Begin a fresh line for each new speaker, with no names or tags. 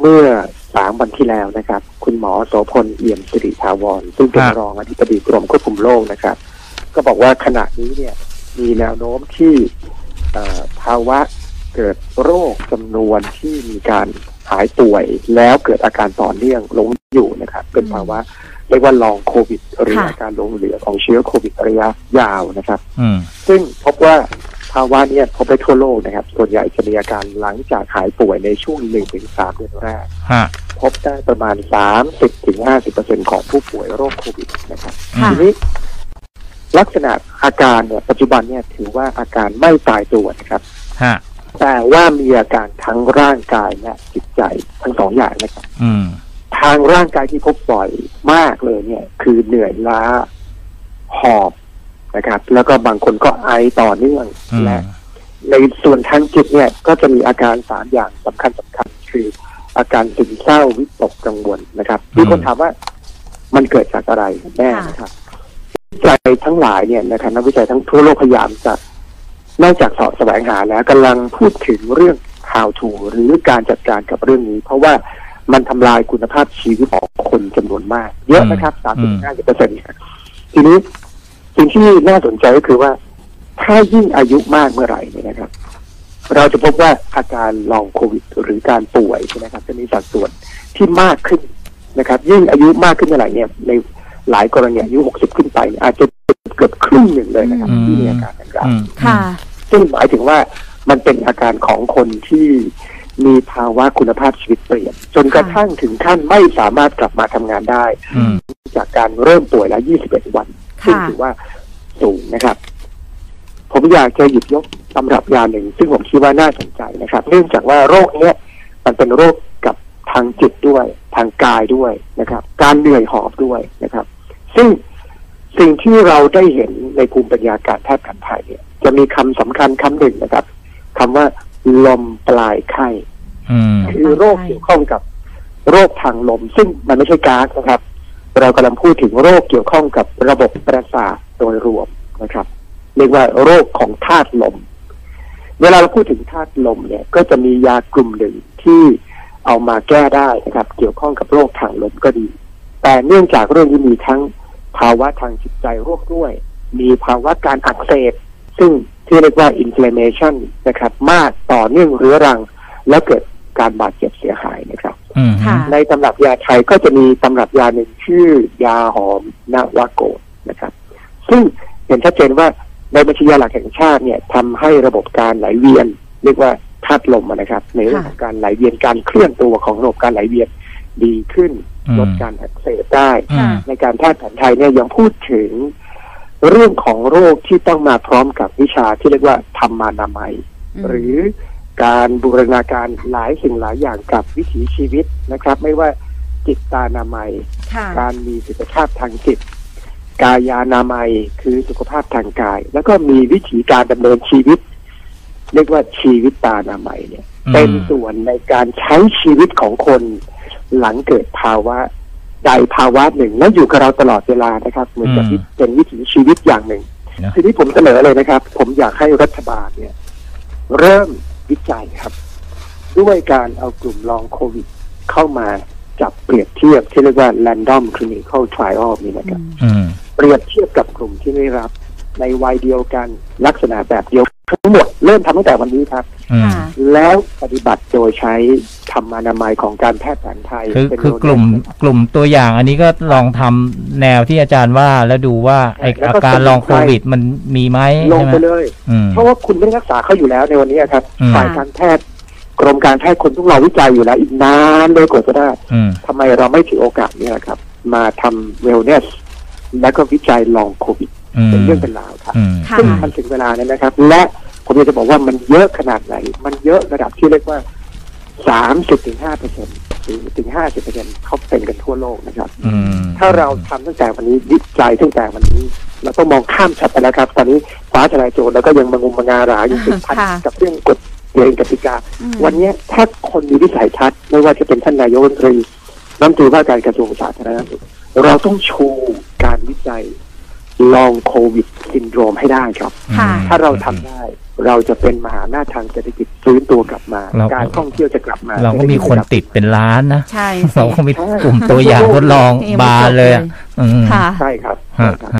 เมื่อสามวันที่แล้วนะครับ คุณหมอโสพลเอี่ยมสิริถาวรซึ่งเป็น
ครับ
รองอธิบดีกรมควบคุมโรคนะครับ ก็บอกว่าขณะนี้เนี่ยมีแนวโน้มที่เอ่อภาวะเกิดโรคจำนวนที่มีการหายป่วย แล้วเกิดอาการต่อเนื่องหลงอยู่นะครับ เป็นภาวะเรียกว่าลองโควิดหรือ
ค่ะ
อาการหลงเหลือของเชื้อโควิดระยะยาวนะครับ
อืม
ซึ่งพบว่าภาวะเนี้พบได้ทั่วโลกนะครับ ส่วนใหญ่จะมีอาการหลังจากหายป่วยในช่วง 1-3 เดือนแรก
ฮะ
พบได้ประมาณ 30-50%ของผู้ป่วยโรคโควิดนะครับ
ค่ะ
ทีนี้ลักษณะอาการเนี่ยปัจจุบันเนี่ยถือว่าอาการไม่ตายตัวนะครับ
ฮะ
แต่ว่ามีอาการทั้งร่างกายและจิตใจทั้งสองอย่างนะครับ
อืม
ทางร่างกายที่พบบ่อยมากเลยเนี่ย คือเหนื่อยล้าหอบนะครับ แล้วก็บางคนก็ไอต่อเนื่อง
อืม
และ ในส่วนทางจิตเนี่ยก็จะมีอาการสามอย่างสำคัญสำคัญคืออาการซึมเศร้าวิตกกังวลนะครับ
อืม
มีคนถามว่ามันเกิดจากอะไรแน่นะครับวิจัยทั้งหลายเนี่ยนะครับนักวิจัยทั้งทั่วโลกพยายามจะนอกจากเสาะแสวงหาแล้วกำลังพูดถึงเรื่อง how to หรือการจัดการกับเรื่องนี้ เพราะว่ามันทำลายคุณภาพชีวิตของคนจำนวนมาก เยอะนะครับสามสิบห้าสิบเปอร์เซ็นต์ทีนี้สิ่งที่น่าสนใจก็คือว่า ถ้ายิ่งอายุมากเมื่อไหร่เนี่ยนะครับ เราจะพบว่าอาการลองโควิดหรือการป่วยใช่ไหมครับจะมีสัดส่วนที่มากขึ้นนะครับ ยิ่งอายุมากขึ้นเมื่อไหร่เนี่ยในหลายกรณีอายุ 60 ขึ้นไปเนี่ยอาจจะเกือบครึ่งหนึ่งเลยนะครับ
อืม
ที่มีอาการดังกล่าว
อืม
ค่ะ
ซึ่งหมายถึงว่ามันเป็นอาการของคนที่มีภาวะคุณภาพชีวิตเปลี่ยน จนกระทั่งถึงขั้นไม่สามารถกลับมาทำงานได้
อืม
จากการเริ่มป่วยแล้ว 21 วัน ซึ่ง
ค่ะ
ถือว่าสูงนะครับ ผมอยากจะหยิบยกตำรับยาหนึ่ง ซึ่งผมคิดว่าน่าสนใจนะครับ เนื่องจากว่าโรคเนี้ยมันเป็นโรคกับทางจิตด้วย ทางกายด้วยนะครับ การเหนื่อยหอบด้วยนะครับ ซึ่งสิ่งที่เราได้เห็นในภูมิปัญญาการแพทย์แผนไทยเนี่ย จะมีคำสำคัญคำหนึ่งนะครับคำว่าลมปลายไข้
อืม
คือโรคเกี่ยวข้องกับโรคทางลม ซึ่งมันไม่ใช่ก๊าซนะครับ เรากำลังพูดถึงโรคเกี่ยวข้องกับระบบประสาทโดยรวมนะครับ เรียกว่าโรคของธาตุลม เวลาเราพูดถึงธาตุลมเนี่ย ก็จะมียากลุ่มหนึ่งที่เอามาแก้ได้นะครับ เกี่ยวข้องกับโรคทางลมก็ดี แต่เนื่องจากเรื่องที่มีทั้งภาวะทางจิตใจร่วมด้วย มีภาวะการอักเสบ ซึ่งที่เรียกว่า inflammation นะครับ มากต่อเนื่องเรื้อรัง แล้วเกิดการบาดเจ็บเสียหายนะครับ
อืม
ค่ะ
ในตำรับยาไทยก็จะมีตำรับยาหนึ่งชื่อยาหอมนวาโกะนะครับ ซึ่งเห็นชัดเจนว่าในบัญชียาหลักแห่งชาติเนี่ยทำให้ระบบการไหลเวียน เรียกว่าธาตุลมอะนะครับ ในเรื่องของการไหลเวียนการเคลื่อนตัวของระบบการไหลเวียนดีขึ้น
อืม
ลดการอักเสบได้
อืม
ในการแพทย์แผนไทยเนี่ยยังพูดถึงเรื่องของโรคที่ต้องมาพร้อมกับวิชาที่เรียกว่าธรรมานามัย หรือการบูรณาการหลายสิ่งหลายอย่างกับวิถีชีวิตนะครับ ไม่ว่าจิตตานามัย
ค่ะ
การมีสุขภาพทางจิต กายานามัยคือสุขภาพทางกาย แล้วก็มีวิถีการดำเนินชีวิต เรียกว่าชีวิตตานามัยเนี่ย
อืม
เป็นส่วนในการใช้ชีวิตของคนหลังเกิดภาวะใดภาวะหนึ่ง แล้วอยู่กับเราตลอดเวลานะครับ เหมือนกับ
อืม
เป็นวิถีชีวิตอย่างหนึ่ง
นะ
ทีนี้ผมเสนอเลยนะครับ ผมอยากให้รัฐบาลเนี่ย เริ่มวิจัยครับ ด้วยการเอากลุ่มลองโควิด เข้ามาจับเปรียบเทียบที่เรียกว่า random clinical trial นี่นะครับ
อืม
เปรียบเทียบกับกลุ่มที่ได้รับ ในวัยเดียวกันลักษณะแบบเดียวกันทั้งหมดเริ่มทำตั้งแต่วันนี้ครับ
อืม
ค่ะ
แล้วปฏิบัติโดยใช้ธรรมานามัยของการแพทย์แผนไทย
คือ
เป็น
คือกลุ่ม
โดย
กลุ่มตัวอย่างอันนี้ก็ลองทำแนวที่อาจารย์ว่าแล้วดูว่าไอ
แล้ว
อา
ก็
การ
สมุนไพร
ลองโควิดมันมีไหม
ลง
ใช่ไหม
ไปเลย
อืม
เพราะว่าคุณไม่ได้รักษาเขาอยู่แล้วในวันนี้ครับ
อืม
ฝ่ายการแพทย์ กรมการแพทย์คนทุกเราวิจัยอยู่แล้วอีกนานเลยกว่าจะได้
อืม
ทำไมเราไม่ถือโอกาสนี้ล่ะครับ มาทำเวลเนส และก็วิจัยลองโควิด
อืม
เป็นเรื่องเป็นราวครับ
อืม
ค่ะ
ซึ่งมันถึงเวลาแล้วนะครับ และผมอยากจะบอกว่ามันเยอะขนาดไหน มันเยอะระดับที่เรียกว่าสามสิบถึงห้าเปอร์เซ็นต์ถึงห้าสิบเปอร์เซ็นต์เขาเป็นกันทั่วโลกนะครับ
อืม
ถ้าเราทำตั้งแต่วันนี้วิจัยตั้งแต่วันนี้ เราต้องมองข้ามช็อตไปแล้วครับ ตอนนี้ฟ้าทลายโจรแล้วก็ยังมางุมมางาหราอยู่ติดพัน
ค่ะ
กับเรื่องกฎเกณฑ์กติกา วันนี้ถ้าคนมีวิสัยทัศน์ไม่ว่าจะเป็นท่านนายกรัฐมนตรีน้ำตรีว่าการกระทรวงสาธารณสุขเราต้องชูการวิจัย ลองโควิดซินโดรมให้ได้ครับ
ค่ะ
ถ้าเราทำได้ เราจะเป็นมหาหน้าจทางเศรษฐกิจฟื้นตัวกลับมา
เรา
การท่องเที่ยวจะกลับมา
เราก็มีคนติดเป็นล้านนะ
ใช่สิ
เราก็มีกลุ่มตัวอย่างทดลองบานเลยอะอืม
ค่ะ
ใช่ครับใช่
ฮะ
ครับ